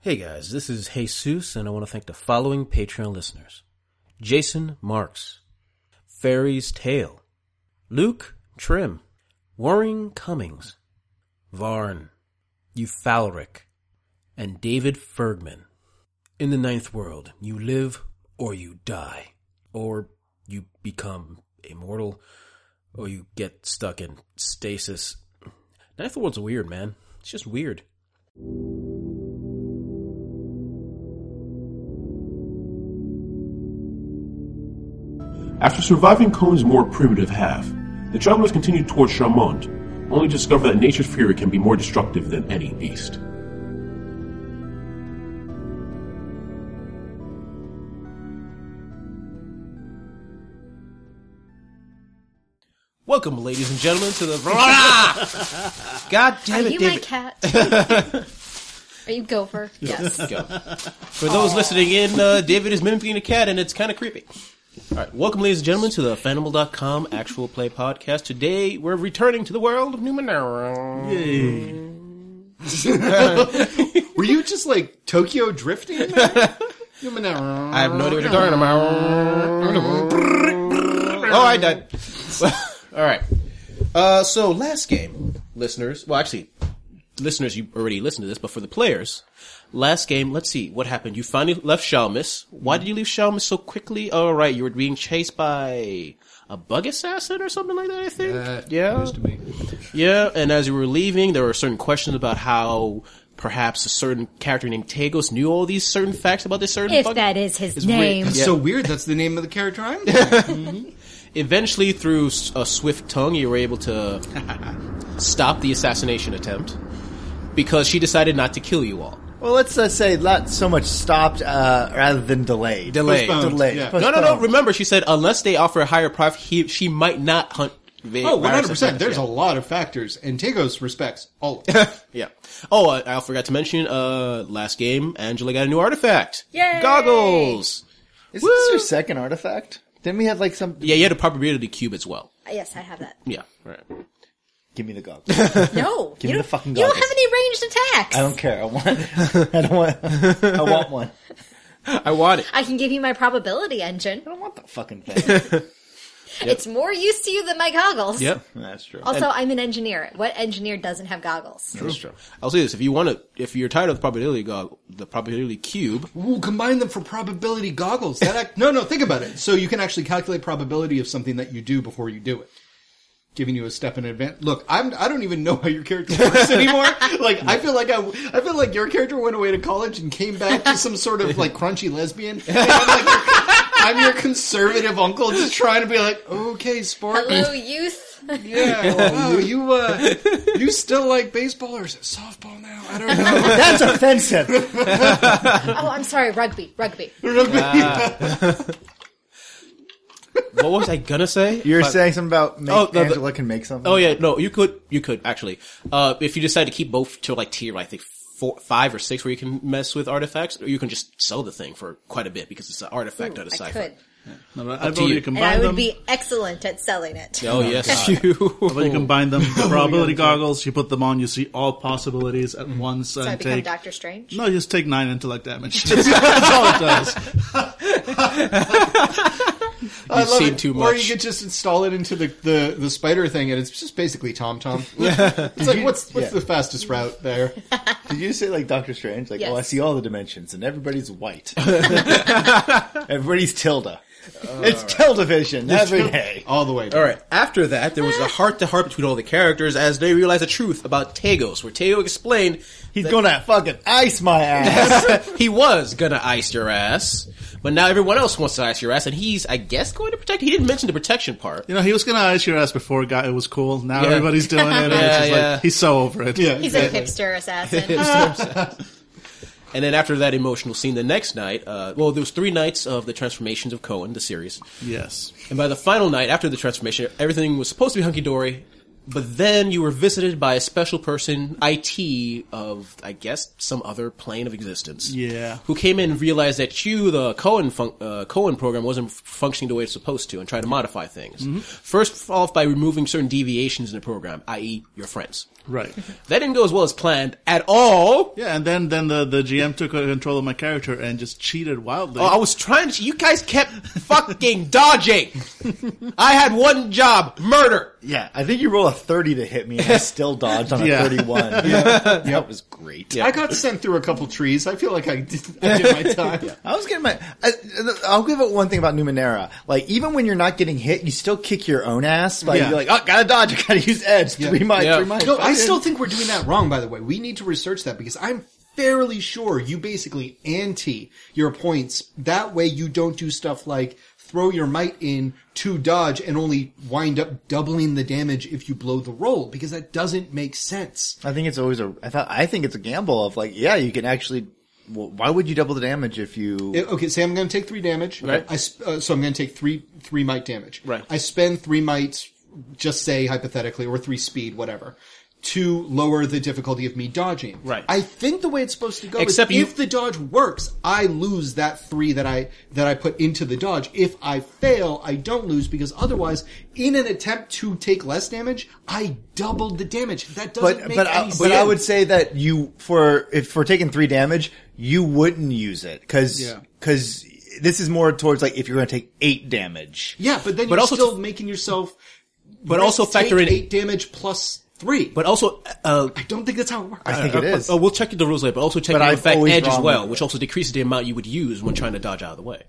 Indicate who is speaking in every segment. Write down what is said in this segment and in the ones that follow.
Speaker 1: Hey guys, this is Jesus, and I want to thank the following Patreon listeners Jason Marks, Fairy's Tale, Luke Trim, Warring Cummings, Varn, Eufalric, and David Fergman. In the ninth world, you live or you die, or you become immortal, or you get stuck in stasis. Ninth world's weird, man. It's just weird.
Speaker 2: After surviving Cohen's more primitive half, the travelers continued toward Charmont, only to discover that nature's fury can be more destructive than any beast.
Speaker 1: Welcome, ladies and gentlemen, to the. God damn
Speaker 3: Are
Speaker 1: it,
Speaker 3: you my
Speaker 1: David.
Speaker 3: cat? Are you gopher? Yes.
Speaker 1: Go. For
Speaker 3: Oh.
Speaker 1: those listening in, uh, David is mimicking a cat, and it's kind of creepy. All right, welcome, ladies and gentlemen, to the Fanimal.com actual play podcast. Today, we're returning to the world of Numenera.
Speaker 4: Were you just like Tokyo drifting? in there? uh,
Speaker 1: I have no idea what you're talking about. Oh, I died. All right. Uh, so last game, listeners. Well, actually, listeners, you already listened to this, but for the players, last game. Let's see what happened. You finally left Shalmis. Why did you leave Shalmis so quickly? All right, you were being chased by a bug assassin or something like that. I think. yeah.
Speaker 4: Used to be.
Speaker 1: Yeah, and as you were leaving, there were certain questions about how perhaps a certain character named Tagos knew all these certain facts about this certain.
Speaker 3: if
Speaker 1: bug.
Speaker 3: that is his
Speaker 1: weird.
Speaker 3: name.
Speaker 4: That's so weird. That's the name of the character I'm. playing.
Speaker 1: Eventually, through s- a swift tongue, you were able to stop the assassination attempt because she decided not to kill you all.
Speaker 5: Well, let's uh, say not so much stopped uh, rather than delayed.
Speaker 1: Delayed.
Speaker 4: Postponed.
Speaker 5: Delayed.
Speaker 4: Yeah.
Speaker 1: No, no, no. Remember, she said unless they offer a higher price, he, she might not hunt. the
Speaker 4: Oh,
Speaker 1: virus
Speaker 4: 100. percent There's a
Speaker 1: assassin.
Speaker 4: lot of factors, and Tagos respects all. of them.
Speaker 1: yeah. Oh, I, I forgot to mention. Uh, last game, Angela got a new artifact.
Speaker 3: Yay!
Speaker 1: Goggles.
Speaker 5: Is this your second artifact? Didn't we have like some?
Speaker 1: Yeah, you had a probability cube as well.
Speaker 3: Yes, I have that.
Speaker 1: Yeah. Right.
Speaker 5: Give me the goggles. I
Speaker 3: No, you
Speaker 5: Give me
Speaker 3: don't,
Speaker 5: the fucking
Speaker 3: you don't
Speaker 5: goggles.
Speaker 3: have any ranged attacks. I,
Speaker 5: don't care. I want. I don't want. I want one.
Speaker 1: I want it.
Speaker 3: can give you my probability engine.
Speaker 5: I don't want the fucking thing.
Speaker 3: It's more used to you than my goggles.
Speaker 1: Yep.
Speaker 5: That's true.
Speaker 3: Also, I'm an engineer. What engineer doesn't have goggles?
Speaker 5: That's true.
Speaker 1: I'll say this: if you want to, if you're tired of the probability go- the probability cube,
Speaker 4: Ooh, combine them for probability goggles. That act- no, no. Think about it. So you can actually calculate probability of something that you do before you do it. Giving you a step in advance. Look, I'm. I don't even know how your character works anymore. like, I feel like I. I feel like your character went away to college and came back to some sort of like crunchy lesbian. And I'm, like, I'm your conservative uncle, just trying to be like, okay, sport.
Speaker 3: Hello, youth.
Speaker 4: Yeah. Wow. You uh, you still like baseball or is it softball now? I don't know.
Speaker 5: That's offensive.
Speaker 3: oh, I'm sorry. Rugby. Rugby.
Speaker 1: what was I gonna say?
Speaker 5: You're saying something about make,
Speaker 1: Oh, no, the-
Speaker 5: Angela can make something.
Speaker 1: Oh yeah, no, you could, you could actually. Uh, if you decide to keep both till like tier, I think four, five or six, where you can mess with artifacts, or you can just sell the thing for quite a bit because it's an artifact, not a
Speaker 3: I
Speaker 1: cipher.
Speaker 3: could.
Speaker 6: No, but I
Speaker 1: to
Speaker 6: vote you.
Speaker 1: you.
Speaker 3: And I
Speaker 6: combine
Speaker 3: would
Speaker 6: them.
Speaker 3: be excellent at selling it.
Speaker 1: Oh yes, you.
Speaker 6: But you combine them. The
Speaker 4: Oh
Speaker 6: probability goggles. You put them on. You see all possibilities
Speaker 4: Mm.
Speaker 6: at once.
Speaker 3: So I
Speaker 6: and
Speaker 3: become
Speaker 6: take
Speaker 3: Doctor Strange.
Speaker 6: no, just take nine intellect damage. That's all it does.
Speaker 4: I love
Speaker 1: seen
Speaker 4: it.
Speaker 1: too
Speaker 4: Or
Speaker 1: much.
Speaker 4: you could just install it into the, the, the spider thing, and it's just basically Tom Tom. it's like what's what's
Speaker 5: yeah.
Speaker 4: the fastest route there?
Speaker 5: Did you say like Doctor Strange? Like,
Speaker 3: Yes.
Speaker 5: oh, I see all the dimensions, and everybody's white. everybody's Tilda. Oh, it's Tilda Vision every day.
Speaker 4: All the way.
Speaker 1: All right. After that, there was a heart to heart between all the characters as they realized the truth about Tagos, where Tego explained
Speaker 5: He's gonna fucking ice my ass.
Speaker 1: he was gonna ice your ass, but now everyone else wants to ice your ass, and he's, I guess, going to protect. He didn't mention the protection part.
Speaker 6: You know, he was gonna ice your ass before. Got it was cool. Now
Speaker 1: Yeah.
Speaker 6: everybody's doing it. and it's
Speaker 1: Yeah,
Speaker 6: just
Speaker 1: yeah.
Speaker 6: like he's so over it.
Speaker 4: Yeah.
Speaker 3: He's
Speaker 4: exactly.
Speaker 3: a hipster assassin.
Speaker 1: And then after that emotional scene, the next night, uh, well, there was three nights of the transformations of Cohen, the series,
Speaker 6: Yes.
Speaker 1: and by the final night after the transformation, everything was supposed to be hunky dory, But then you were visited by a special person, IT of, I guess, some other plane of existence.
Speaker 6: Yeah.
Speaker 1: Who came in and realized that you, the Cohen fun- uh, Cohen program, wasn't f- functioning the way it's supposed to, and tried to modify things. First off, by removing certain deviations in the program, i.e., your friends.
Speaker 6: Right.
Speaker 1: That didn't go as well as planned at all.
Speaker 6: Yeah, and then then the, the GM took uh, control of my character and just cheated wildly.
Speaker 1: Oh, I was trying to. You guys kept fucking dodging. I had one job: murder.
Speaker 5: Yeah, I think you roll a 30 to hit me and I still dodged on a
Speaker 6: Yeah.
Speaker 5: 31. Yeah. That was great.
Speaker 4: I got sent through a couple trees. I feel like I did, I did my time.
Speaker 5: I was getting my. I, I'll give it one thing about Numenera. Like, even when you're not getting hit, you still kick your own ass. Like,
Speaker 6: Yeah.
Speaker 5: you're like, oh, gotta dodge, I gotta use edge. Three miles,
Speaker 1: Yeah.
Speaker 5: three miles.
Speaker 4: No, I still think we're doing that wrong, by the way. We need to research that because I'm fairly sure you basically ante your points. That way you don't do stuff like throw your might in to dodge and only wind up doubling the damage if you blow the roll because that doesn't make sense.
Speaker 5: I think it's always a. I thought I think it's a gamble of like, yeah, you can actually. Well, why would you double the damage if you?
Speaker 4: Uh, Okay, say I'm going to take three damage.
Speaker 1: Right.
Speaker 4: I sp- uh, so I'm going to take three three might damage.
Speaker 1: Right.
Speaker 4: I spend three might, just say hypothetically, or three speed, whatever, to lower the difficulty of me dodging.
Speaker 1: Right.
Speaker 4: I think the way it's supposed to go
Speaker 1: Except
Speaker 4: is
Speaker 1: you-
Speaker 4: if the dodge works, I lose that three that I that I put into the dodge. If I fail, I don't lose because otherwise, in an attempt to take less damage, I doubled the damage. That doesn't
Speaker 5: but
Speaker 4: make
Speaker 5: but
Speaker 4: any
Speaker 5: I,
Speaker 4: sense.
Speaker 5: but I would say that you for if for taking three damage, you wouldn't use it because
Speaker 4: Yeah.
Speaker 5: this is more towards like if you're going to take eight damage.
Speaker 4: yeah, but then
Speaker 1: But
Speaker 4: you're
Speaker 1: also
Speaker 4: still
Speaker 1: to-
Speaker 4: making yourself.
Speaker 1: But also
Speaker 4: risk take
Speaker 1: factor in-
Speaker 4: eight damage plus three.
Speaker 1: But also, uh,
Speaker 4: I don't think that's how it works.
Speaker 5: I think it is.
Speaker 1: uh, we'll check the rules later, but also check
Speaker 5: But
Speaker 1: the
Speaker 5: I've
Speaker 1: effect
Speaker 5: always
Speaker 1: edge as
Speaker 5: wrong
Speaker 1: well,
Speaker 5: with
Speaker 1: which
Speaker 5: it.
Speaker 1: also decreases the amount you would use when trying to dodge out of the way.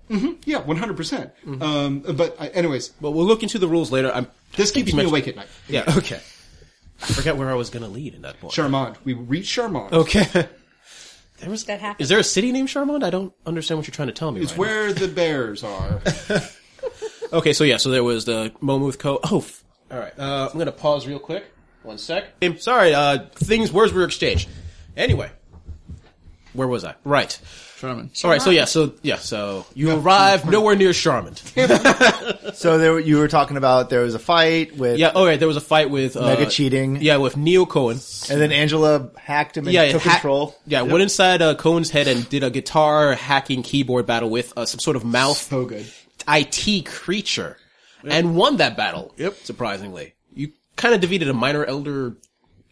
Speaker 4: yeah, one hundred percent. Um, But I, anyways,
Speaker 1: But we'll look into the rules later. I'm
Speaker 4: this keeps me
Speaker 1: mentioned-
Speaker 4: awake at night.
Speaker 1: Yeah. Okay. I forget where I was going to lead in that point.
Speaker 4: Charmant, we reach Charmant.
Speaker 1: Okay. There was,
Speaker 3: That happened.
Speaker 1: Is there a city named Charmond? I don't understand what you're trying to tell me.
Speaker 4: It's
Speaker 1: right
Speaker 4: where the bears are.
Speaker 1: now. Okay, so yeah, so there was the Momuth Co. Oh, f- all right. Uh, I'm gonna pause real quick. One sec. I'm sorry. Uh, things words were exchanged. Anyway, where was I? Right.
Speaker 6: Charmin.
Speaker 1: All right. So yeah. So yeah. So you arrived nowhere near Charmond.
Speaker 5: So there were- you were talking about there was a fight with
Speaker 1: Yeah. All right. There was a fight with uh,
Speaker 5: Mega cheating.
Speaker 1: Yeah, with Neil Cohen.
Speaker 5: and then Angela hacked him and
Speaker 1: Yeah, it
Speaker 5: took
Speaker 1: ha-
Speaker 5: control.
Speaker 1: Yeah, went inside uh, Cohen's head and did a guitar hacking keyboard battle with uh, some sort of mouth
Speaker 4: So good.
Speaker 1: IT creature and won that battle. Yep. Surprisingly. You kind of defeated a minor elder,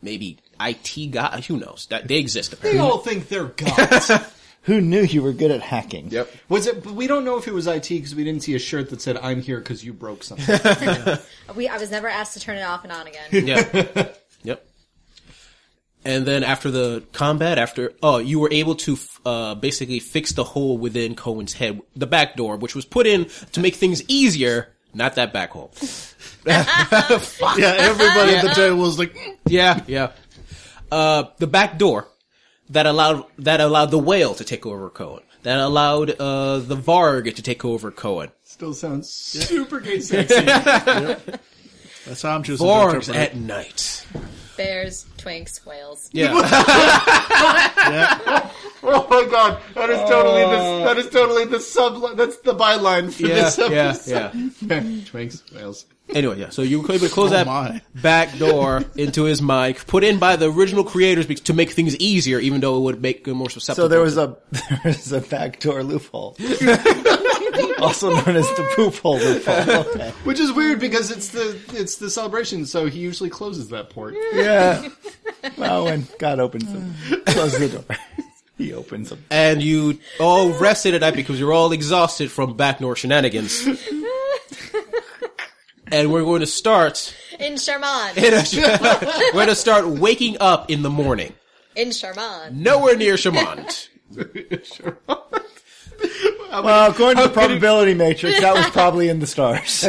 Speaker 1: maybe IT guy. Who knows? That They exist
Speaker 4: They
Speaker 1: apparently.
Speaker 4: all think they're gods.
Speaker 5: Who knew you were good at hacking? Yep.
Speaker 4: Was it? But we don't know if it was IT because we didn't see a shirt that said "I'm here because you broke something."
Speaker 3: We, I was never asked to turn it off and on again.
Speaker 1: Yeah. yep. And then after the combat, after, oh, you were able to, f- uh, basically fix the hole within Cohen's head, the back door, which was put in to make things easier, not that back hole.
Speaker 6: Yeah, everybody at the table was like, "Mm."
Speaker 1: Yeah, yeah. Uh, the back door that allowed that allowed the whale to take over Cohen. That allowed uh, the Varg to take over Cohen.
Speaker 4: Still sounds super gay sexy.
Speaker 6: that's how I'm choosing to
Speaker 1: Vargs
Speaker 6: interpret
Speaker 1: at
Speaker 6: it.
Speaker 1: night.
Speaker 3: Bears, twinks, whales.
Speaker 1: Yeah,
Speaker 4: oh my god, that is totally the that is totally the sub that's the byline for
Speaker 1: yeah,
Speaker 4: this
Speaker 1: yeah,
Speaker 4: episode.
Speaker 1: yeah.
Speaker 4: Twinks, whales.
Speaker 1: Anyway, yeah. So you were able to close that
Speaker 6: my.
Speaker 1: back door into his mic, put in by the original creators bec- to make things easier, even though it would make him more susceptible.
Speaker 5: So there was a there was a backdoor loophole, also known as the poop hole loophole. Okay.
Speaker 4: Which is weird because it's the it's the celebration, so he usually closes that port.
Speaker 5: Yeah. Well, when God opens them, closes the door. He opens them.
Speaker 1: and you all rested at night because you're all exhausted from backdoor shenanigans. and we're going to start
Speaker 3: In Charmant.
Speaker 1: We're to start waking up in the morning.
Speaker 3: In Charmant.
Speaker 1: Nowhere near Shamant. Uh,
Speaker 5: Well, according to the probability matrix, that was probably in the stars.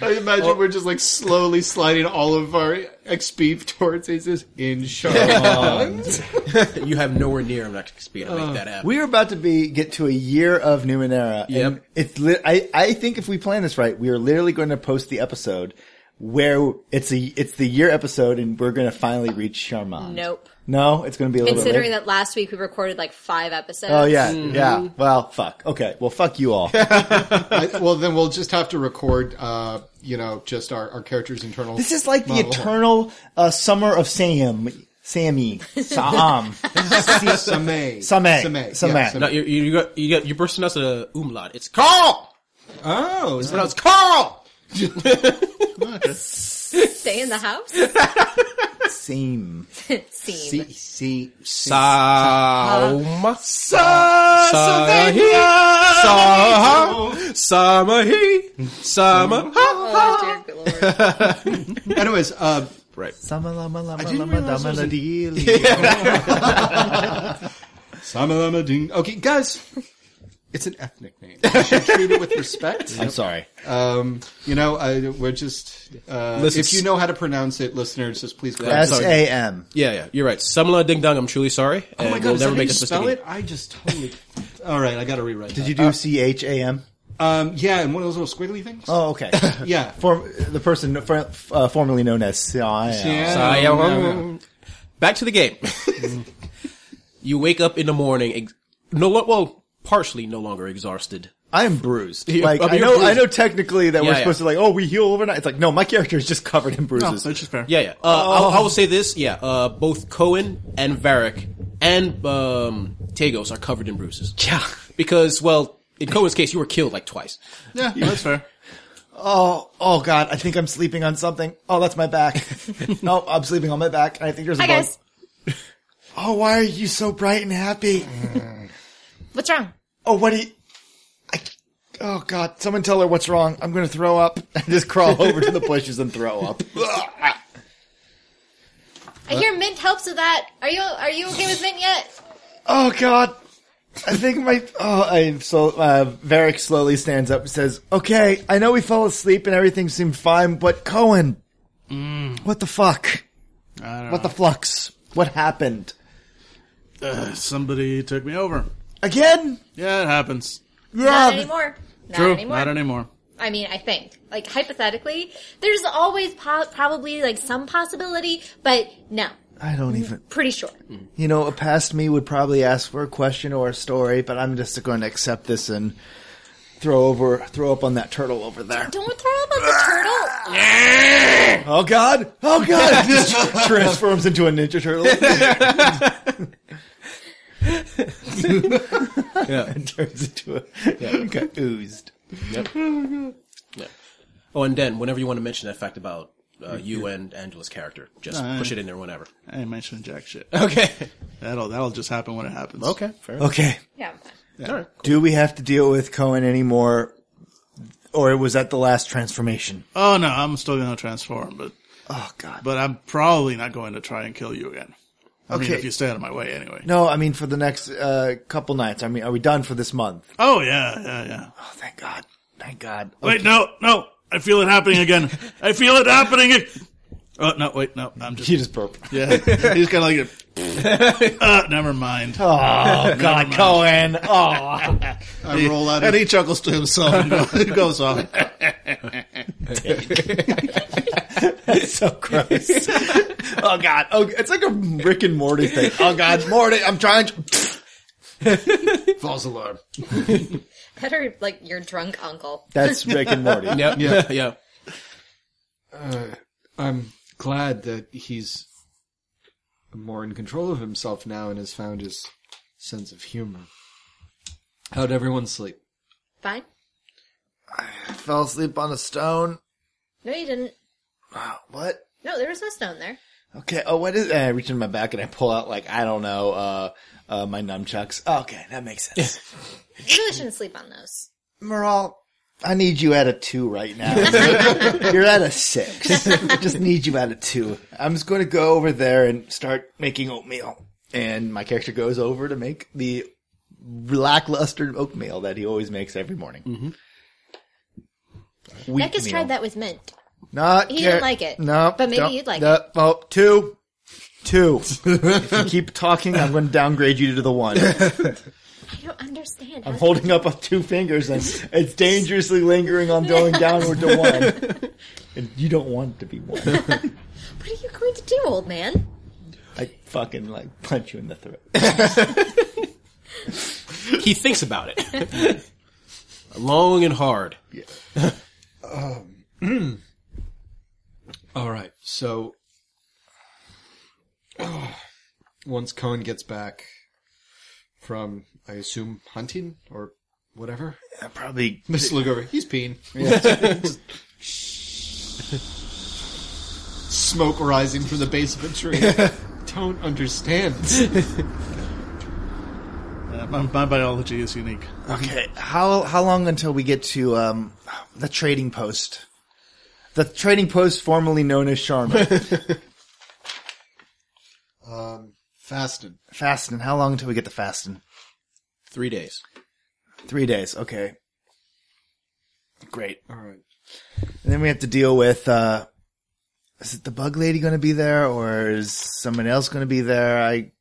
Speaker 4: I imagine we're just like slowly sliding all of our XP towards Aces in Charlotte.
Speaker 1: you have nowhere near enough XP to
Speaker 4: Uh,
Speaker 1: make that happen.
Speaker 5: We are about to be get to a year of Numenera. and
Speaker 1: Yep.
Speaker 5: It's li- I I think if we plan this right, we are literally going to post the episode where it's a it's the year episode, and we're gonna finally reach Charmant.
Speaker 3: Nope.
Speaker 5: No, it's gonna be a little bit
Speaker 3: Considering Mm-hmm. that
Speaker 5: later.
Speaker 3: last week we recorded like five episodes.
Speaker 5: Oh yeah, yeah. Well, fuck. Okay. Well, fuck you all.
Speaker 4: I, well, then we'll just have to record, uh, you know, just our, our characters' internal.
Speaker 5: This is like the
Speaker 4: monologue.
Speaker 5: eternal uh, summer of Sam, Sammy, um. Saam.
Speaker 4: Samay.
Speaker 5: Samay.
Speaker 4: Samay.
Speaker 5: Samay.
Speaker 4: Yeah,
Speaker 1: No, you, you got you got you're bursting out the umlaut. It's Carl.
Speaker 4: Oh, is
Speaker 1: It's Carl.
Speaker 3: Stay in the house?
Speaker 5: Sam.
Speaker 3: Seem.
Speaker 4: C- C-
Speaker 1: Saum. Sahi. Samahi.
Speaker 4: Mm-hmm.
Speaker 1: Samaha.
Speaker 3: Oh, dear good lord.
Speaker 4: Anyways, uh,
Speaker 5: Sama lama lama
Speaker 4: didn't
Speaker 5: lama
Speaker 4: realize there
Speaker 5: dama
Speaker 4: was a-
Speaker 5: deal.
Speaker 4: Samalama Ding. Okay, guys, it's an ethnic name. You should treat it with respect.
Speaker 5: I'm sorry.
Speaker 4: Um, you know, I, we're just, uh,
Speaker 1: Listen-
Speaker 4: if you know how to pronounce it, listeners, just please go
Speaker 1: That's-
Speaker 5: S
Speaker 1: sorry.
Speaker 5: A M.
Speaker 1: Yeah, yeah, you're right. Samla Ding Dong. I'm truly sorry, and we'll
Speaker 4: Oh is
Speaker 1: never
Speaker 4: that
Speaker 1: make
Speaker 4: how you
Speaker 1: this
Speaker 4: spell
Speaker 1: mistake.
Speaker 4: it? I just totally, all right, I gotta rewrite
Speaker 5: Did
Speaker 4: that.
Speaker 5: you do C H A M?
Speaker 4: Um, yeah, and one of those little squiggly things?
Speaker 5: Oh, okay.
Speaker 4: Yeah.
Speaker 5: For the person for, uh, formerly known as Sam.
Speaker 4: Yeah,
Speaker 1: Ah, yeah,
Speaker 4: no,
Speaker 1: well,
Speaker 4: no.
Speaker 1: Back to the game. you wake up in the morning, ex- no, lo- well, partially no longer exhausted.
Speaker 5: I am bruised.
Speaker 1: Yeah,
Speaker 5: Like
Speaker 1: I mean,
Speaker 5: I
Speaker 1: you're
Speaker 5: know,
Speaker 1: bruised.
Speaker 5: I know. Technically, that
Speaker 1: Yeah,
Speaker 5: we're
Speaker 1: yeah.
Speaker 5: supposed to like, oh, we heal overnight. It's like, no, my character is just covered in
Speaker 6: No,
Speaker 5: bruises.
Speaker 6: that's just fair.
Speaker 1: Yeah, yeah. Uh, I, I will say this. Yeah, uh, both Cohen and Varric and um, Tagos are covered in bruises.
Speaker 5: Yeah.
Speaker 1: because well, in Cohen's case, you were killed like twice.
Speaker 6: Yeah, no, that's fair.
Speaker 5: Oh, oh God! I think I'm sleeping on something. Oh, that's my back. no, I'm sleeping on my back. I think there's a
Speaker 3: Hi,
Speaker 5: bug.
Speaker 3: guys.
Speaker 5: Oh, why are you so bright and happy?
Speaker 3: What's wrong?
Speaker 5: Oh, what do you? I, oh God! Someone tell her what's wrong. I'm gonna throw up. I just crawl over to the bushes and throw up.
Speaker 3: I hear Mint helps with that. Are you are you okay with Mint yet?
Speaker 5: Oh God! I think my oh I so uh, Varric slowly stands up and says, "Okay, I know we fell asleep and everything seemed fine, but Cohen, what the fuck?
Speaker 6: Mm. I don't
Speaker 5: What the flux? What happened
Speaker 6: know. Uh, Somebody took me over.
Speaker 5: again?
Speaker 6: Yeah, it happens.
Speaker 3: Not
Speaker 5: Yeah,
Speaker 3: anymore. Not
Speaker 6: True.
Speaker 3: anymore.
Speaker 6: Not anymore.
Speaker 3: I mean, I think, like, hypothetically, there's always po- probably, like, some possibility, but no.
Speaker 5: I don't even.
Speaker 3: Pretty sure.
Speaker 5: You know, a past me would probably ask for a question or a story, but I'm just going to accept this and throw over, throw up on that turtle over there.
Speaker 3: Don't throw up on the turtle.
Speaker 5: Oh God! Oh God! Just transforms into a Ninja Turtle.
Speaker 1: Yeah.
Speaker 5: and turns into a got oozed.
Speaker 1: Oh, and then whenever you want to mention that fact about uh, you and Angela's character, just
Speaker 6: Alright.
Speaker 1: push it in there whenever.
Speaker 6: I ain't mentioning jack shit.
Speaker 1: Okay.
Speaker 6: That'll that'll just happen when it happens.
Speaker 1: Fair.
Speaker 5: Okay,
Speaker 3: Yeah, I'm fine.
Speaker 1: All right.
Speaker 5: do we have to deal with Cohen anymore, or was that the last transformation?
Speaker 6: Oh no, I'm still gonna transform, but
Speaker 5: Oh God!
Speaker 6: but I'm probably not going to try and kill you again. I mean,
Speaker 5: Okay.
Speaker 6: if you stay out of my way anyway.
Speaker 5: no, I mean for the next uh, couple nights. I mean, are we done for this month?
Speaker 6: Oh yeah, yeah, yeah.
Speaker 5: Oh, thank God! Thank God!
Speaker 6: Wait, no, no. I feel it happening again. I feel it happening. ag- Oh no, wait, no. I'm just
Speaker 5: You just burped.
Speaker 6: yeah. He's kind of like, a- uh, never mind.
Speaker 5: Oh God, Cohen! Oh.
Speaker 4: I roll out
Speaker 6: And
Speaker 4: of
Speaker 6: he chuckles to himself and go- and goes off.
Speaker 5: so gross. oh god. Oh, it's like a Rick and Morty thing. Oh god, Morty, I'm trying to.
Speaker 4: false alarm.
Speaker 3: Better, like, your drunk uncle.
Speaker 5: That's Rick and Morty.
Speaker 1: Yeah. Yeah. yeah.
Speaker 4: I'm glad that he's more in control of himself now and has found his sense of humor. How'd everyone sleep?
Speaker 3: Fine?
Speaker 5: I fell asleep on a stone.
Speaker 3: No, you didn't.
Speaker 5: What?
Speaker 3: No, there was no stone there.
Speaker 5: Okay. Oh, what is? And I reach into my back and I pull out like I don't know, uh, uh, my nunchucks. okay, that makes sense.
Speaker 3: You really shouldn't sleep on those.
Speaker 5: Moral, I need you at a two right now. You're at a six. I just need you at a two. I'm just going to go over there and start making oatmeal. And my character goes over to make the lackluster oatmeal that he always makes every morning. Wheat
Speaker 3: Beck has
Speaker 5: meal.
Speaker 3: tried that with mint.
Speaker 5: Not
Speaker 3: He didn't like it.
Speaker 5: No,
Speaker 3: But maybe
Speaker 5: don't-
Speaker 3: you'd like
Speaker 5: no, Oh, two, two. if you keep talking, I'm going to downgrade you to the one.
Speaker 3: I don't understand.
Speaker 5: I'm holding up two fingers and it's dangerously lingering on going downward to one. and you don't want to be one.
Speaker 3: What are you going to do, old man?
Speaker 5: I fucking like punch you in the throat.
Speaker 1: He thinks about it. Long and hard.
Speaker 4: All right. So once Cohen gets back from, I assume, hunting or whatever,
Speaker 5: probably
Speaker 4: Miss Lugover, he's peeing. Smoke rising from the base of a tree. Don't understand.
Speaker 6: Uh, my, my biology is unique.
Speaker 5: okay. How how long until we get to um the trading post? The trading post, formerly known as Sharma,
Speaker 4: Fasted.
Speaker 5: Fasten. How long until we get to Fasten?
Speaker 1: Three days.
Speaker 5: Three days. Okay. Great.
Speaker 4: All right.
Speaker 5: And then we have to deal with, uh, is it the bug lady going to be there or is someone else going to be there? I,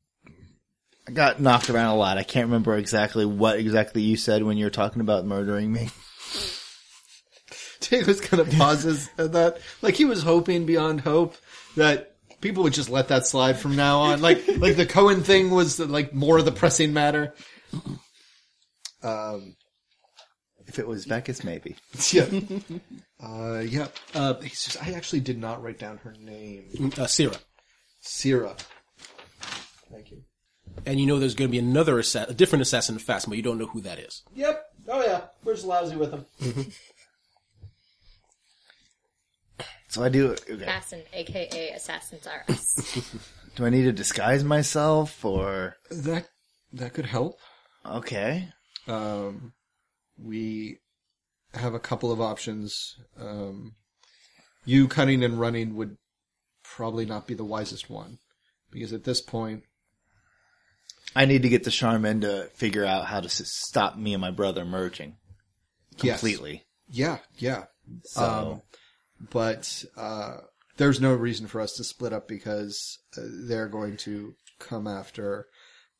Speaker 5: I got knocked around a lot. I can't remember exactly what exactly you said when you were talking about murdering me.
Speaker 4: Taylor's kind of pauses at that. Like he was hoping beyond hope that people would just let that slide from now on. Like like the Cohen thing was like more of the pressing matter. Um.
Speaker 5: If it was Vekas, maybe.
Speaker 4: Yeah. Uh. Yeah. Uh. he says, I actually did not write down her name.
Speaker 1: Uh, Syrah.
Speaker 4: Sira. Thank you.
Speaker 1: And you know there's going to be another assa- a different assassin in Fast, but you don't know who that is.
Speaker 4: Yep. Oh yeah. We're just lousy with him.
Speaker 5: So I do, okay.
Speaker 3: Assassin, aka assassins are us.
Speaker 5: do I need to disguise myself or,
Speaker 4: That that could help.
Speaker 5: okay.
Speaker 4: um, we have a couple of options. Um, you cutting and running would probably not be the wisest one because at this point,
Speaker 5: I need to get the Charmin to figure out how to s- stop me and my brother merging
Speaker 4: yes.
Speaker 5: completely.
Speaker 4: yeah, yeah. Um,
Speaker 5: So
Speaker 4: But uh, there's no reason for us to split up because uh, they're going to come after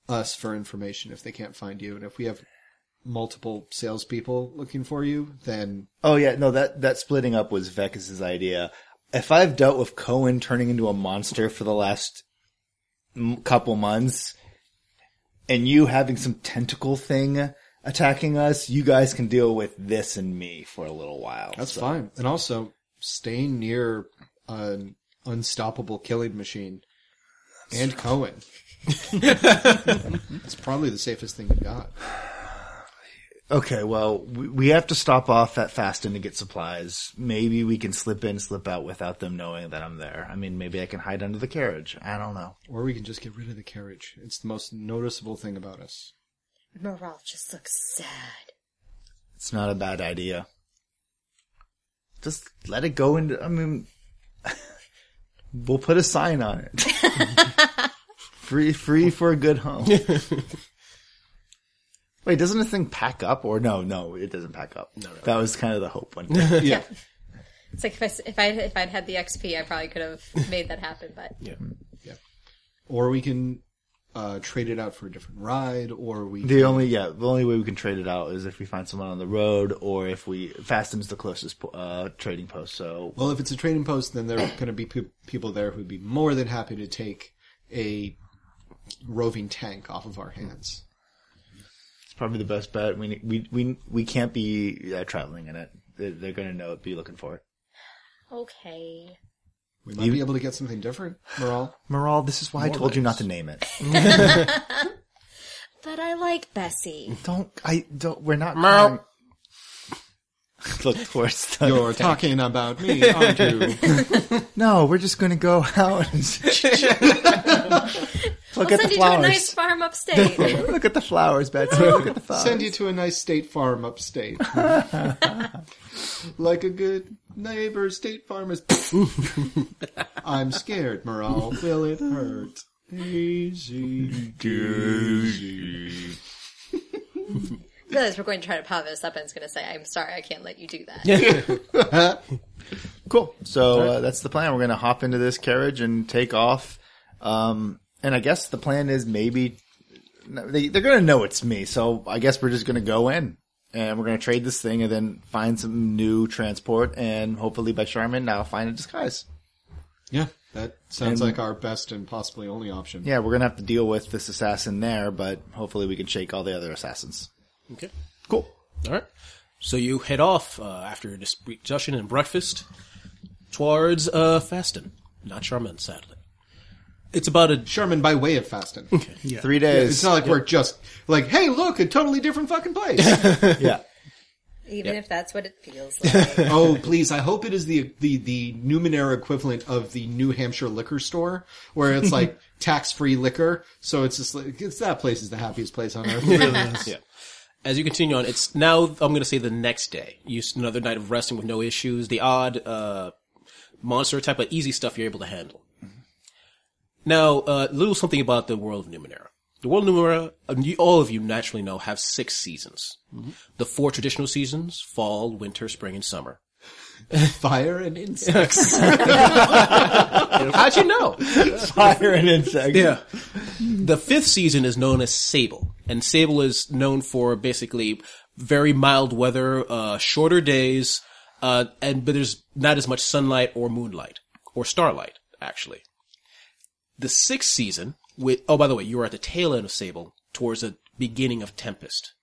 Speaker 4: us for information if they can't find you, and if we have multiple salespeople looking for you, then
Speaker 5: Oh yeah, no that that splitting up was Vekas' idea. If I've dealt with Cohen turning into a monster for the last m- couple months, and you having some tentacle thing attacking us, you guys can deal with this and me for a little while.
Speaker 4: That's
Speaker 5: So-
Speaker 4: fine. And also, staying near an unstoppable killing machine and Cohen. it's probably the safest thing you got.
Speaker 5: Okay, well we, we have to stop off at Fasten to get supplies. Maybe we can slip in, slip out without them knowing that I'm there. I mean, maybe I can hide under the carriage. I don't know.
Speaker 4: Or we can just get rid of the carriage. It's the most noticeable thing about us.
Speaker 3: Morale just looks sad.
Speaker 5: It's not a bad idea. Just let it go into. I mean, we'll put a sign on it. free, free for a good home. Wait, doesn't the thing pack up? Or no, no, it doesn't pack up. No, That was kind of the hope one. day.
Speaker 4: Yeah.
Speaker 3: It's like if I s- if I if I'd had the XP, I probably could have made that happen. But
Speaker 4: Or we can uh, trade it out for a different ride, or we
Speaker 5: the only, yeah, the only way we can trade it out is if we find someone on the road, or if we Fasten's the closest po- uh, trading post. So
Speaker 4: Well, if it's a trading post, then there are going to be pe- people there who'd be more than happy to take a roving tank off of our hands.
Speaker 5: it's probably the best bet. We we we we can't be uh, traveling in it. They're, they're going to know it. Be looking for it.
Speaker 3: okay,
Speaker 4: We might be able to get something different, Moral.
Speaker 5: Moral, this is why I told you not to name it.
Speaker 3: but I like Bessie.
Speaker 5: Don't I don't we're not calling... Look towards the
Speaker 4: You're talking about me, aren't you?
Speaker 5: No, we're just gonna go out and look
Speaker 3: I'll
Speaker 5: at
Speaker 3: send
Speaker 5: the
Speaker 3: you to a
Speaker 5: flowers.
Speaker 3: nice farm upstate.
Speaker 5: Look at the flowers, Betsy. Look at the flowers.
Speaker 4: Send you to a nice state farm upstate. like a good neighbor, state farm is. I'm scared, Moral. Will it hurt? Easy.
Speaker 3: I realize we're going to try to power this up, and it's going to say, "I'm sorry, I can't let you do that."
Speaker 5: Cool. So uh, that's the plan. We're going to hop into this carriage and take off. Um, and I guess the plan is maybe no, they, they're going to know it's me. So I guess we're just going to go in and we're going to trade this thing and then find some new transport, and hopefully by Charmin, I'll find a disguise.
Speaker 4: Yeah, that sounds
Speaker 5: And-
Speaker 4: like our best and possibly only option.
Speaker 5: Yeah, we're going to have to deal with this assassin there, but hopefully we can shake all the other assassins.
Speaker 1: Okay.
Speaker 5: Cool.
Speaker 1: All right. So you head off uh, after a dis- discussion and breakfast towards uh, Faston, not Charmin, sadly. It's about a
Speaker 4: Sherman by way of Faston.
Speaker 5: Three
Speaker 4: It's
Speaker 5: days.
Speaker 4: not like we're just like, hey, look, a totally different fucking place.
Speaker 5: yeah.
Speaker 3: Even if that's what it feels like.
Speaker 4: oh, please! I hope it is the the the Numenera equivalent of the New Hampshire liquor store, where it's like tax free liquor. So it's just like it's that place is the happiest place on earth. It really is.
Speaker 1: as you continue on, it's now, I'm going to say the next day. You, s- another night of resting with no issues, the odd, uh, monster type of easy stuff you're able to handle. Mm-hmm. Now, uh, a little something about the world of Numenera. The world of Numenera, um, you, all of you naturally know, have six seasons. The four traditional seasons, fall, winter, spring, and summer.
Speaker 4: Fire and insects.
Speaker 1: How'd you know?
Speaker 5: Fire and insect.
Speaker 1: Yeah. The fifth season is known as Sable, and Sable is known for basically very mild weather, uh, shorter days, uh, and but there's not as much sunlight or moonlight or starlight actually. The sixth season, with oh by the way, you are at the tail end of Sable towards the beginning of Tempest.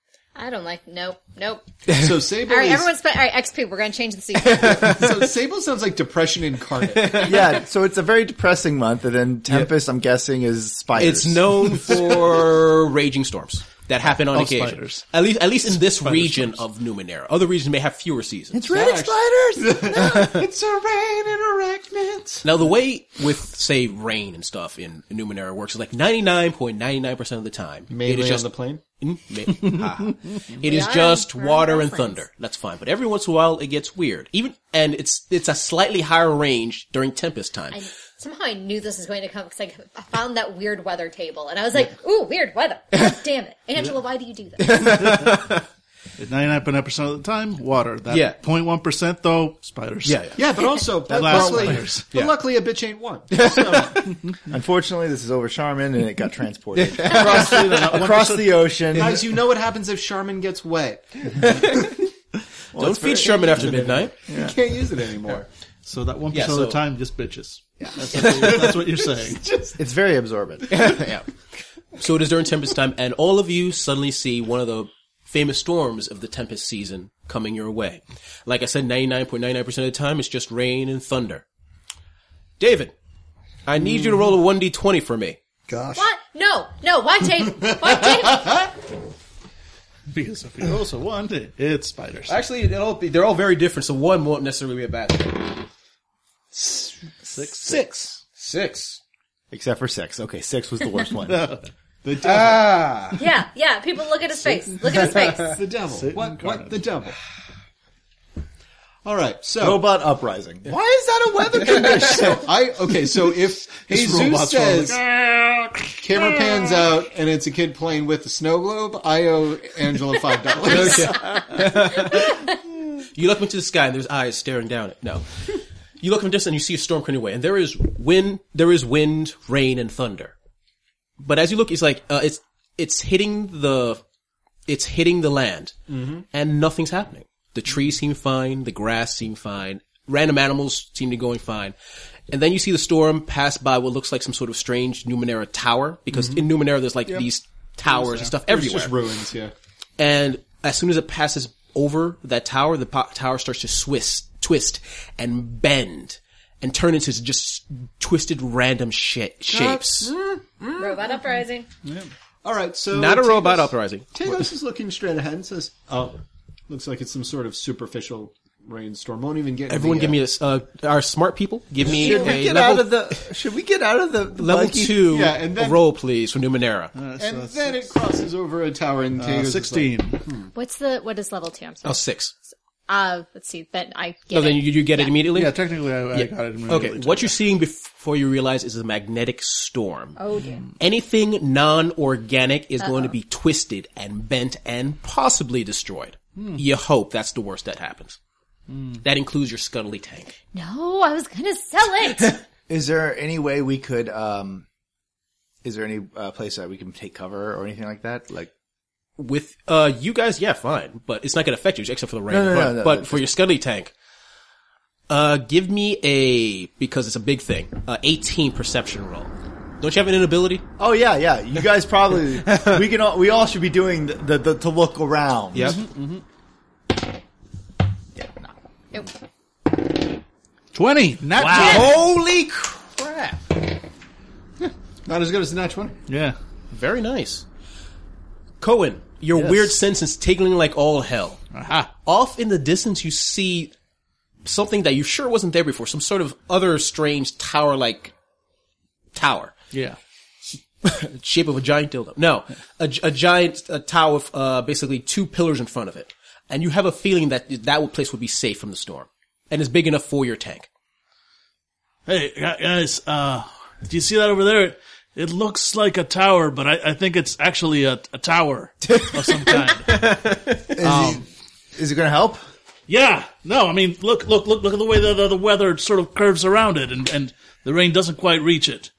Speaker 3: I don't like, nope, nope.
Speaker 4: so Sable.
Speaker 3: All right,
Speaker 4: is-
Speaker 3: everyone's, all right, XP, we're going to change the season.
Speaker 4: so Sable sounds like depression incarnate.
Speaker 5: yeah, so it's a very depressing month, and then Tempest, I'm guessing, is spiders.
Speaker 1: It's known for raging storms that happen on occasion.
Speaker 6: Oh, spiders.
Speaker 1: At least, at least in this region of Numenera. Other regions may have fewer seasons.
Speaker 5: It's raining spiders.
Speaker 4: it's a rain and arachnids.
Speaker 1: Now the way with say rain and stuff in Numenera works is like ninety nine point ninety nine percent of the time it
Speaker 4: Mainly
Speaker 1: is just
Speaker 4: on the plane.
Speaker 1: Mm, ma- ha, ha. it is
Speaker 3: are-
Speaker 1: just
Speaker 3: we're on
Speaker 1: water and
Speaker 3: reference.
Speaker 1: thunder. That's fine, but every once in a while it gets weird. Even and it's it's a slightly higher range during tempest time.
Speaker 3: I, somehow I knew this was going to come because I, I found that weird weather table and I was like, ooh, weird weather. God damn it. Angela, why do you do this?
Speaker 6: Ninety-nine point nine percent of the time, water. That
Speaker 1: Yeah.
Speaker 6: 0.1 percent though, spiders.
Speaker 1: Yeah, yeah.
Speaker 4: Yeah, but also, but
Speaker 6: last
Speaker 4: luckily,
Speaker 6: layers.
Speaker 4: but luckily, a bitch ain't one. So,
Speaker 5: Unfortunately, this is over Charmin, and it got transported across, the, across the ocean.
Speaker 4: guys, you know what happens if Charmin gets wet?
Speaker 1: Don't feed Sherman after midnight.
Speaker 4: You can't use it anymore.
Speaker 6: So that one
Speaker 1: Yeah,
Speaker 6: of
Speaker 1: so-
Speaker 6: the time, just bitches. Yeah, that's, that's what, that's what you're saying.
Speaker 5: It's very absorbent.
Speaker 1: So it is during tempest time, and all of you suddenly see one of the famous storms of the tempest season coming your way. Like I said, ninety nine point nine nine percent of the time it's just rain and thunder. David, I need you to roll a one d twenty for me.
Speaker 7: Gosh.
Speaker 3: What? No, no, why tape? Why tape?
Speaker 6: Because if you also want it, it's spiders.
Speaker 1: Actually, it all be, they're all very different, so one won't necessarily be a bad thing.
Speaker 6: Six, six.
Speaker 1: Six.
Speaker 5: Except for six. Okay, six was the worst one.
Speaker 6: The devil.
Speaker 3: Yeah, yeah, people look at his face. Look at his face.
Speaker 4: The devil. what? What?
Speaker 6: incarnate.
Speaker 4: The devil. All right. So
Speaker 5: Robot uprising.
Speaker 4: why is that a weather condition? I okay. So if Jesus
Speaker 6: robot's
Speaker 4: says camera pans out and it's a kid playing with a snow globe, I owe Angela five dollars.
Speaker 1: You look into the sky and there's eyes staring down at no. you look from a distance and you see a storm coming your way, and there is wind, there is wind, rain, and thunder. But as you look, it's like uh, it's it's hitting the it's hitting the land,
Speaker 4: Mm-hmm.
Speaker 1: and nothing's happening. The trees seem fine, the grass seem fine, random animals seem to be going fine, and then you see the storm pass by what looks like some sort of strange Numenera tower because in Numenera there's like these towers and stuff
Speaker 4: Mm-hmm. It's
Speaker 1: everywhere.
Speaker 4: just ruins. Yeah.
Speaker 1: And as soon as it passes over that tower, the po- tower starts to twist, twist and bend and turn into just twisted random shi- shapes.
Speaker 3: Robot uprising.
Speaker 4: All right. So
Speaker 1: Not a
Speaker 4: Tagos-
Speaker 1: robot uprising.
Speaker 4: Tagos is looking straight ahead and says, "Oh, looks like it's some sort of superficial rainstorm. Won't even get
Speaker 1: Everyone
Speaker 4: the,
Speaker 1: give
Speaker 4: uh,
Speaker 1: me this, uh, our smart people, give me
Speaker 5: Should
Speaker 1: a
Speaker 5: we get
Speaker 1: level,
Speaker 5: out of the? Should we get out of the
Speaker 1: level
Speaker 5: monkey-
Speaker 1: two
Speaker 4: Yeah, and then-
Speaker 1: role, please, for Numenera.
Speaker 4: And then it crosses over a tower and Tagos is like,
Speaker 6: Sixteen.
Speaker 3: What's the, what is level two? I'm
Speaker 1: oh,
Speaker 3: sorry.
Speaker 1: six.
Speaker 3: Uh, let's see, then I get
Speaker 1: No, then
Speaker 3: it.
Speaker 1: you, you get it immediately?
Speaker 6: Yeah, technically, I, I got it. immediately,
Speaker 1: Okay,
Speaker 6: too.
Speaker 1: what you're seeing before you realize is a magnetic storm.
Speaker 3: Oh dear.
Speaker 1: Anything non-organic is going to be twisted and bent and possibly destroyed.
Speaker 5: Hmm.
Speaker 1: You hope that's the worst that happens. That includes your scuttly tank.
Speaker 3: No, I was gonna sell it.
Speaker 5: Is there any way we could? um Is there any uh, place that we can take cover or anything like that? Like
Speaker 1: With uh, you guys, yeah, fine, but it's not going to affect you except for the rain.
Speaker 5: no,
Speaker 1: but
Speaker 5: no, no,
Speaker 1: but
Speaker 5: no,
Speaker 1: for your Scully tank, uh, give me a because it's a big thing. Uh, eighteen perception roll. Don't you have an inability?
Speaker 5: Oh yeah, yeah. You guys probably we can all, we all should be doing the, the, the to look around.
Speaker 1: Yep.
Speaker 4: Mm-hmm,
Speaker 3: Nope.
Speaker 6: 20. Not
Speaker 5: Holy crap!
Speaker 4: Not as good as the nat 20.
Speaker 6: Yeah.
Speaker 1: Very nice. Cohen, your weird sense is tingling like all hell.
Speaker 6: Aha.
Speaker 1: Off in the distance, you see something that you sure wasn't there before. Some sort of other strange tower-like tower,
Speaker 6: Yeah.
Speaker 1: shape of a giant dildo. No, a, gi- a giant a tower with uh, basically two pillars in front of it, and you have a feeling that that place would be safe from the storm, and is big enough for your tank.
Speaker 6: Hey, gu- guys, uh, do you see that over there? It looks like a tower, but I, I think it's actually a, a tower of some kind.
Speaker 5: Is it going to help?
Speaker 6: yeah. No, I mean, look, look, look, look at the way the, the, the weather sort of curves around it and, and the rain doesn't quite reach it.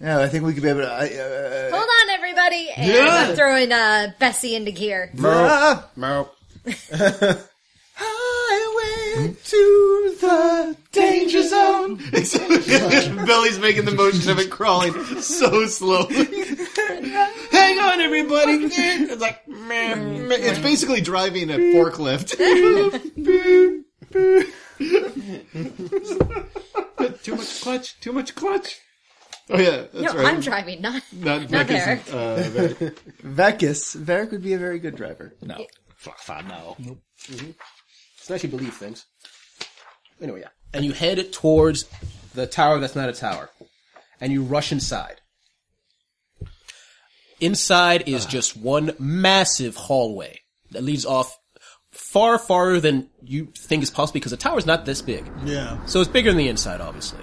Speaker 5: Yeah, I think we could be able to. I, uh,
Speaker 3: Hold on, everybody. And
Speaker 6: Yeah.
Speaker 3: I'm throwing uh, Bessie into gear.
Speaker 5: uh, Ah! Highway
Speaker 4: Mm-hmm.
Speaker 5: to the danger zone.
Speaker 4: Billy's making the motion of it crawling so slowly. Hang on, everybody! It's like meh, meh. it's basically driving a forklift. too much clutch. Too much clutch. Oh yeah,
Speaker 3: No,
Speaker 4: that's right.
Speaker 3: I'm driving, not
Speaker 4: Not-
Speaker 3: not there.
Speaker 4: that isn't, uh, that-
Speaker 5: Vekis. Varric would be a very good driver. No.
Speaker 1: So I actually believe things. Anyway, yeah. And you head it towards the tower that's not a tower. And you rush inside. Inside
Speaker 6: Ah.
Speaker 1: is just one massive hallway that leads off far, farther than you think is possible because the tower's not this big.
Speaker 6: Yeah.
Speaker 1: So it's bigger than the inside, obviously.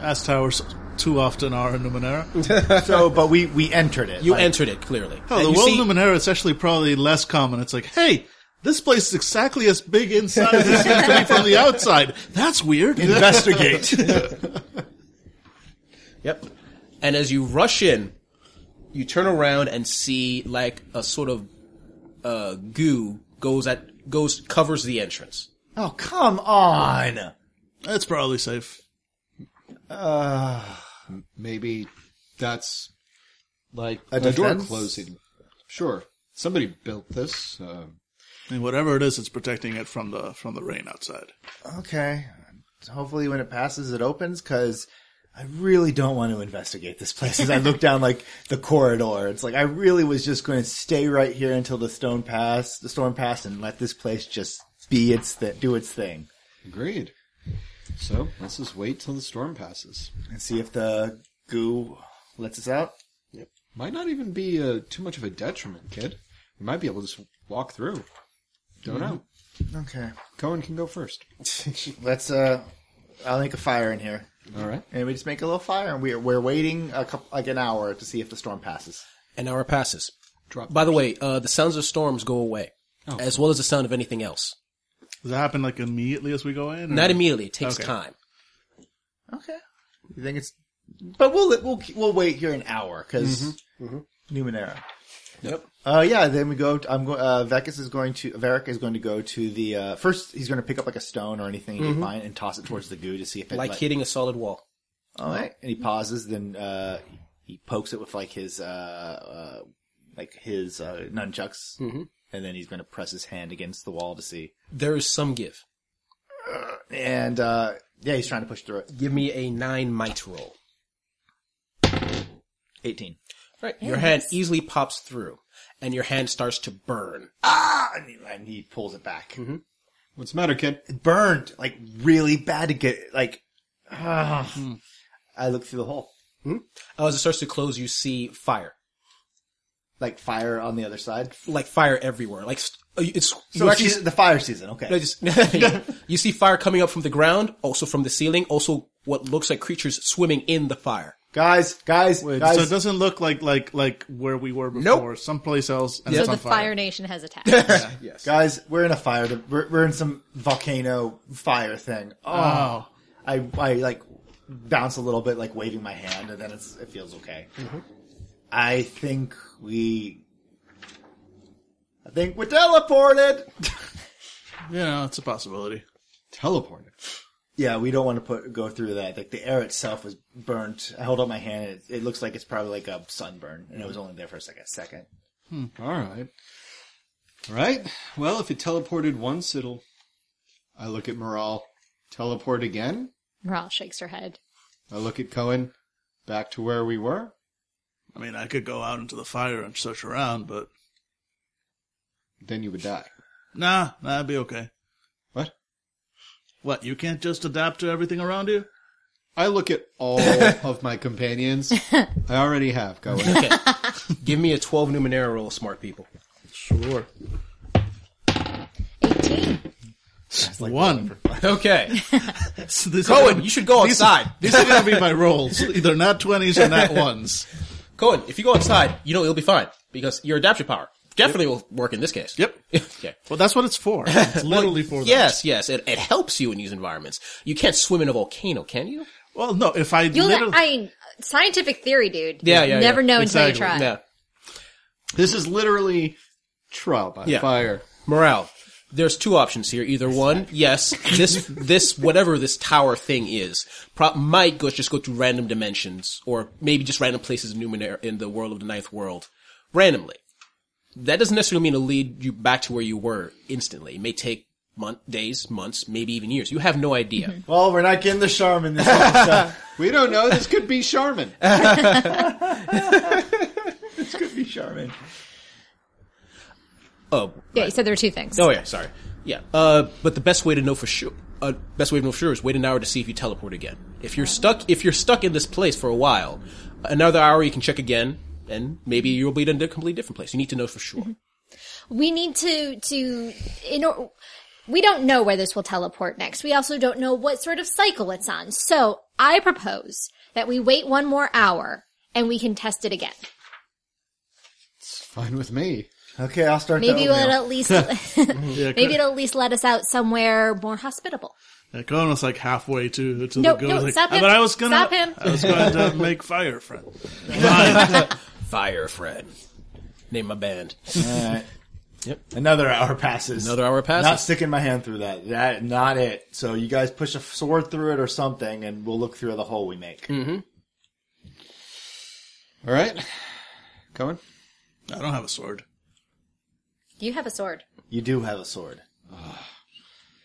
Speaker 6: As towers too often are in Numenera.
Speaker 5: So, but we we entered it.
Speaker 1: You
Speaker 5: Like,
Speaker 1: entered it, clearly.
Speaker 6: Oh,
Speaker 1: And
Speaker 6: the
Speaker 1: you
Speaker 6: world
Speaker 1: see-
Speaker 6: of Numenera is actually probably less common. It's like, hey, this place is exactly as big inside as it seems to be from the outside. That's weird.
Speaker 5: investigate.
Speaker 1: Yep. And as you rush in, you turn around and see like a sort of uh, goo goes at goes covers the entrance.
Speaker 5: oh come on!
Speaker 6: That's probably safe.
Speaker 4: Uh, maybe that's like
Speaker 5: A
Speaker 4: a, door
Speaker 5: defense?
Speaker 4: closing. Sure, somebody built this. Uh,
Speaker 6: And whatever it is, it's protecting it from the from the rain outside.
Speaker 5: Okay. So hopefully, when it passes, it opens because. I really don't want to investigate this place. As I look down like the corridor, it's like I really was just going to stay right here until the stone pass, the storm passed, and let this place just be its th- do its thing,
Speaker 4: agreed. So let's just wait till the storm passes.
Speaker 5: and see if the goo lets us out.
Speaker 4: Might not even be uh, too much of a detriment, kid. We might be able to just walk through. Don't know.
Speaker 5: Okay,
Speaker 4: Cohen can go first.
Speaker 5: let's. uh I'll make a fire in here.
Speaker 4: All right.
Speaker 5: and we just make a little fire and we're we're waiting a couple, like an hour to see if the storm passes.
Speaker 1: An hour passes.
Speaker 4: Drop.
Speaker 1: By the Oh. way, uh, the sounds of storms go away, as well as the sound of anything else.
Speaker 6: Does that happen like immediately as we go in? or-
Speaker 1: Not immediately; it takes
Speaker 6: Okay.
Speaker 1: time.
Speaker 5: Okay, you think it's? But we'll we'll we'll wait here an hour because Numenera.
Speaker 1: Yep.
Speaker 5: Uh, yeah. Then we go. To, I'm going. Uh, Vekis is going to. Varric is going to go to the uh, first. He's going to pick up like a stone or anything he can find and toss it towards the goo to see if it
Speaker 1: Like hitting a solid wall.
Speaker 5: All right. And he pauses. Then uh, he pokes it with like his uh, uh like his uh, nunchucks, and then he's going to press his hand against the wall to see.
Speaker 1: There is some give.
Speaker 5: And uh, yeah, he's trying to push through it.
Speaker 1: Give me a nine might roll.
Speaker 5: Eighteen.
Speaker 1: Right. Your hand easily pops through, and your hand starts to burn.
Speaker 5: ah, and he, and he pulls it back.
Speaker 4: What's the matter, kid?
Speaker 5: It burned like really bad to get like. ah.
Speaker 1: Hmm.
Speaker 5: I look through the hole,
Speaker 1: Uh, As it starts to close, you see fire,
Speaker 5: like fire on the other side.
Speaker 1: like fire everywhere. Like st- uh, it's you
Speaker 5: So
Speaker 1: actually-
Speaker 5: she's the fire season. Okay,
Speaker 1: No, just- you see fire coming up from the ground, also from the ceiling, also what looks like creatures swimming in the fire.
Speaker 5: guys, guys, guys.
Speaker 6: so it doesn't look like like like where we were before. Someplace else, and
Speaker 3: So
Speaker 6: it's
Speaker 3: the
Speaker 6: on
Speaker 3: Fire.
Speaker 6: fire.
Speaker 3: Nation has attacked.
Speaker 5: Guys, we're in a fire. We're, we're in some volcano fire thing. Oh,
Speaker 1: Ah.
Speaker 5: I, I like bounce a little bit, like waving my hand, and then it's,
Speaker 1: Mm-hmm.
Speaker 5: it feels okay. I think we I think we're teleported.
Speaker 6: You know, it's a possibility.
Speaker 4: Teleported.
Speaker 5: Yeah, we don't want to put go through that. Like the air itself was burnt. I held up my hand. It, it looks like it's probably like a sunburn, and it was only there for like a second.
Speaker 4: All right. All right. Well, if it teleported once, it'll. I look at Morale. Teleport again.
Speaker 3: Morale shakes her head.
Speaker 4: I look at Cohen. Back to where we were.
Speaker 6: I mean, I could go out into the fire and search around, but
Speaker 4: Then you would die.
Speaker 6: nah, that'd be okay.
Speaker 4: What?
Speaker 6: What? You can't just adapt to everything around you?
Speaker 4: I look at all of my companions. I already have Cohen.
Speaker 1: Okay. Give me a 12 Numenera roll, smart people.
Speaker 6: Sure.
Speaker 3: 18.
Speaker 6: One.
Speaker 1: Okay.
Speaker 6: So these are
Speaker 1: Cohen,
Speaker 6: gonna-
Speaker 1: you should go outside.
Speaker 6: These are going to be my rolls. Either not 20s or not ones.
Speaker 1: Cohen, if you go outside, you know you'll be fine because your adaptive power definitely will work in this case.
Speaker 6: Yep.
Speaker 1: okay.
Speaker 6: Well, that's what it's for. It's literally for that.
Speaker 1: Yes, yes, it, it helps you in these environments. You can't swim in a volcano, can you?
Speaker 6: Well, no, if I
Speaker 3: You'll,
Speaker 6: literally,
Speaker 3: I mean, scientific theory, dude.
Speaker 1: Yeah, yeah,
Speaker 3: Never
Speaker 1: yeah.
Speaker 3: know until you try.
Speaker 6: Exactly.
Speaker 1: No.
Speaker 4: This is literally trial by
Speaker 1: Yeah.
Speaker 4: fire.
Speaker 1: Morale. There's two options here. Either one, yes, this, this, whatever this tower thing is, pro- might go, just go to random dimensions, or maybe just random places in Numenera, in the world of the ninth world, randomly. That doesn't necessarily mean it'll lead you back to where you were instantly. It may take month, days, months, maybe even years. You have no idea.
Speaker 5: Well, we're not getting the Charmin this time.
Speaker 4: We don't know. This could be Charmin.
Speaker 5: so could be Charmin.
Speaker 1: Oh,
Speaker 3: Yeah, you said there were two things.
Speaker 1: Oh yeah, sorry. Yeah. Uh, but the best way to know for sure, uh, best way to know for sure is wait an hour to see if you teleport again. If you're stuck, if you're stuck in this place for a while, another hour you can check again, and maybe you'll be in a completely different place. You need to know for sure.
Speaker 4: Mm-hmm.
Speaker 3: we need to to in or, we don't know where this will teleport next. We also don't know what sort of cycle it's on. So I propose that we wait one more hour and we can test it again.
Speaker 4: Fine with me.
Speaker 5: Okay, I'll start.
Speaker 3: Maybe
Speaker 5: the
Speaker 3: it'll
Speaker 5: oatmeal.
Speaker 3: at least maybe it'll at least let us out somewhere more hospitable.
Speaker 6: Yeah, Cohen was like halfway to, to
Speaker 3: No,
Speaker 6: the goal.
Speaker 3: no,
Speaker 6: like,
Speaker 3: stop him.
Speaker 6: But I was gonna,
Speaker 3: Stop him.
Speaker 6: I was going to make fire, friend. Fine.
Speaker 1: Fire, Fred. Name my band.
Speaker 5: Another hour passes.
Speaker 1: Another hour passes.
Speaker 5: Not sticking my hand through that. That not it. So you guys push a sword through it or something, and we'll look through the hole we make.
Speaker 4: All right. Cohen?
Speaker 6: I don't have a sword.
Speaker 3: You have a sword.
Speaker 5: You do have a sword.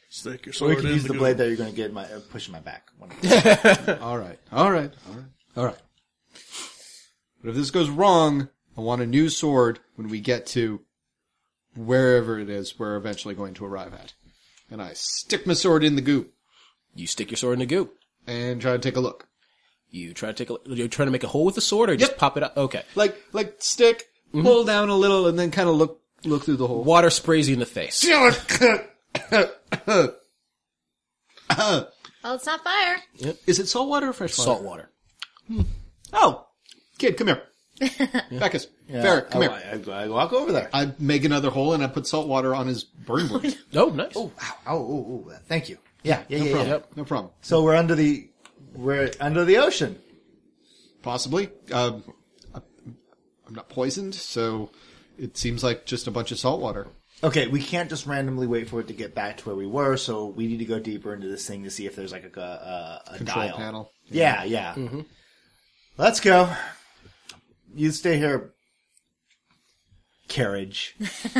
Speaker 6: Stick your
Speaker 5: Or
Speaker 6: sword
Speaker 5: you can
Speaker 6: in
Speaker 5: use the
Speaker 6: goo.
Speaker 5: blade that you're going to get in my uh, push in my back. One of those.
Speaker 4: All right. All right. All right. All right. But if this goes wrong, I want a new sword when we get to wherever it is we're eventually going to arrive at. And I stick my sword in the goop
Speaker 1: You stick your sword in the goo.
Speaker 4: and try to take a look.
Speaker 1: You try to take. A, you're trying to make a hole with the sword, or just pop it out. Okay.
Speaker 4: Like, like stick,
Speaker 5: Mm-hmm.
Speaker 4: pull down a little, and then kind of look, look through the hole.
Speaker 1: Water sprays you in the face.
Speaker 3: Well, it's not fire.
Speaker 4: Is it salt water or fresh water?
Speaker 1: Salt water.
Speaker 4: Oh, kid, come here. Beckus, Ferret, come
Speaker 5: I,
Speaker 4: here.
Speaker 5: Oh,
Speaker 4: Uh,
Speaker 5: I, I walk over there.
Speaker 4: I make another hole and I put salt water on his burn wound.
Speaker 1: Oh, nice.
Speaker 5: Ow, ow, ooh, ooh, uh, thank you. Yeah, yeah, yeah, yeah.
Speaker 4: No problem.
Speaker 5: So we're under the we're under the ocean.
Speaker 4: Possibly. Um, I'm not poisoned, so it seems like just a bunch of salt water.
Speaker 5: Okay, we can't just randomly wait for it to get back to where we were, so we need to go deeper into this thing to see if there's like a a, a
Speaker 4: Control
Speaker 5: dial.
Speaker 4: panel.
Speaker 5: Yeah, yeah. Let's go. You stay here. Carriage.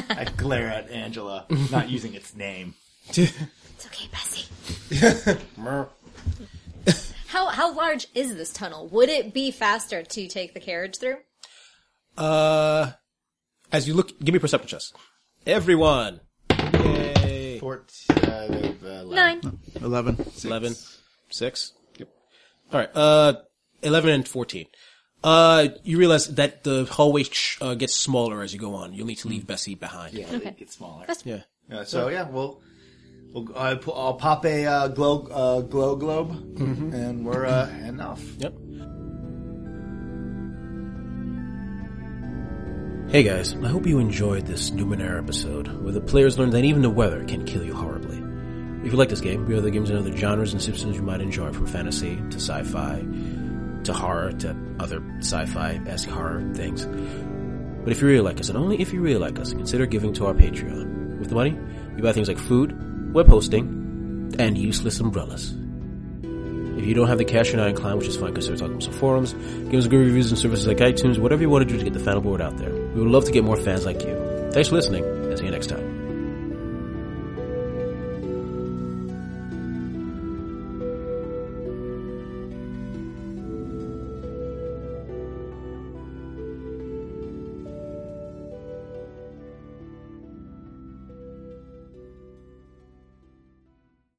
Speaker 5: I glare at Angela, not using its name.
Speaker 3: It's okay, Bessie. how how large is this tunnel? Would it be faster to take the carriage through?
Speaker 1: Uh, as you look, give me a perception chest. Everyone. Yay.
Speaker 5: Fort, uh, uh,
Speaker 3: Nine.
Speaker 6: 11.
Speaker 1: 11 6 yep all right uh 11 and 14 uh you realize that the hallway sh- uh, gets smaller as you go on you'll need to leave bessie behind
Speaker 5: Yeah, it gets smaller.
Speaker 1: yeah
Speaker 5: Uh, so yeah, we'll, we'll I pu- I'll pop a uh, glow uh, glow globe, and we're uh, heading off.
Speaker 1: Yep. Hey guys, I hope you enjoyed this Numenera episode, where the players learned that even the weather can kill you horribly. If you like this game, we have other games in other genres and systems you might enjoy, from fantasy to sci-fi to horror to other sci-fi-esque horror things. But if you really like us, and only if you really like us, consider giving to our Patreon. With the money, we buy things like food, web hosting, and useless umbrellas. If you don't have the cash, you're not inclined, which is fine, consider talking to some forums, give us good reviews and services like iTunes, whatever you want to do to get the final board out there. We would love to get more fans like you. Thanks for listening, and see you next time.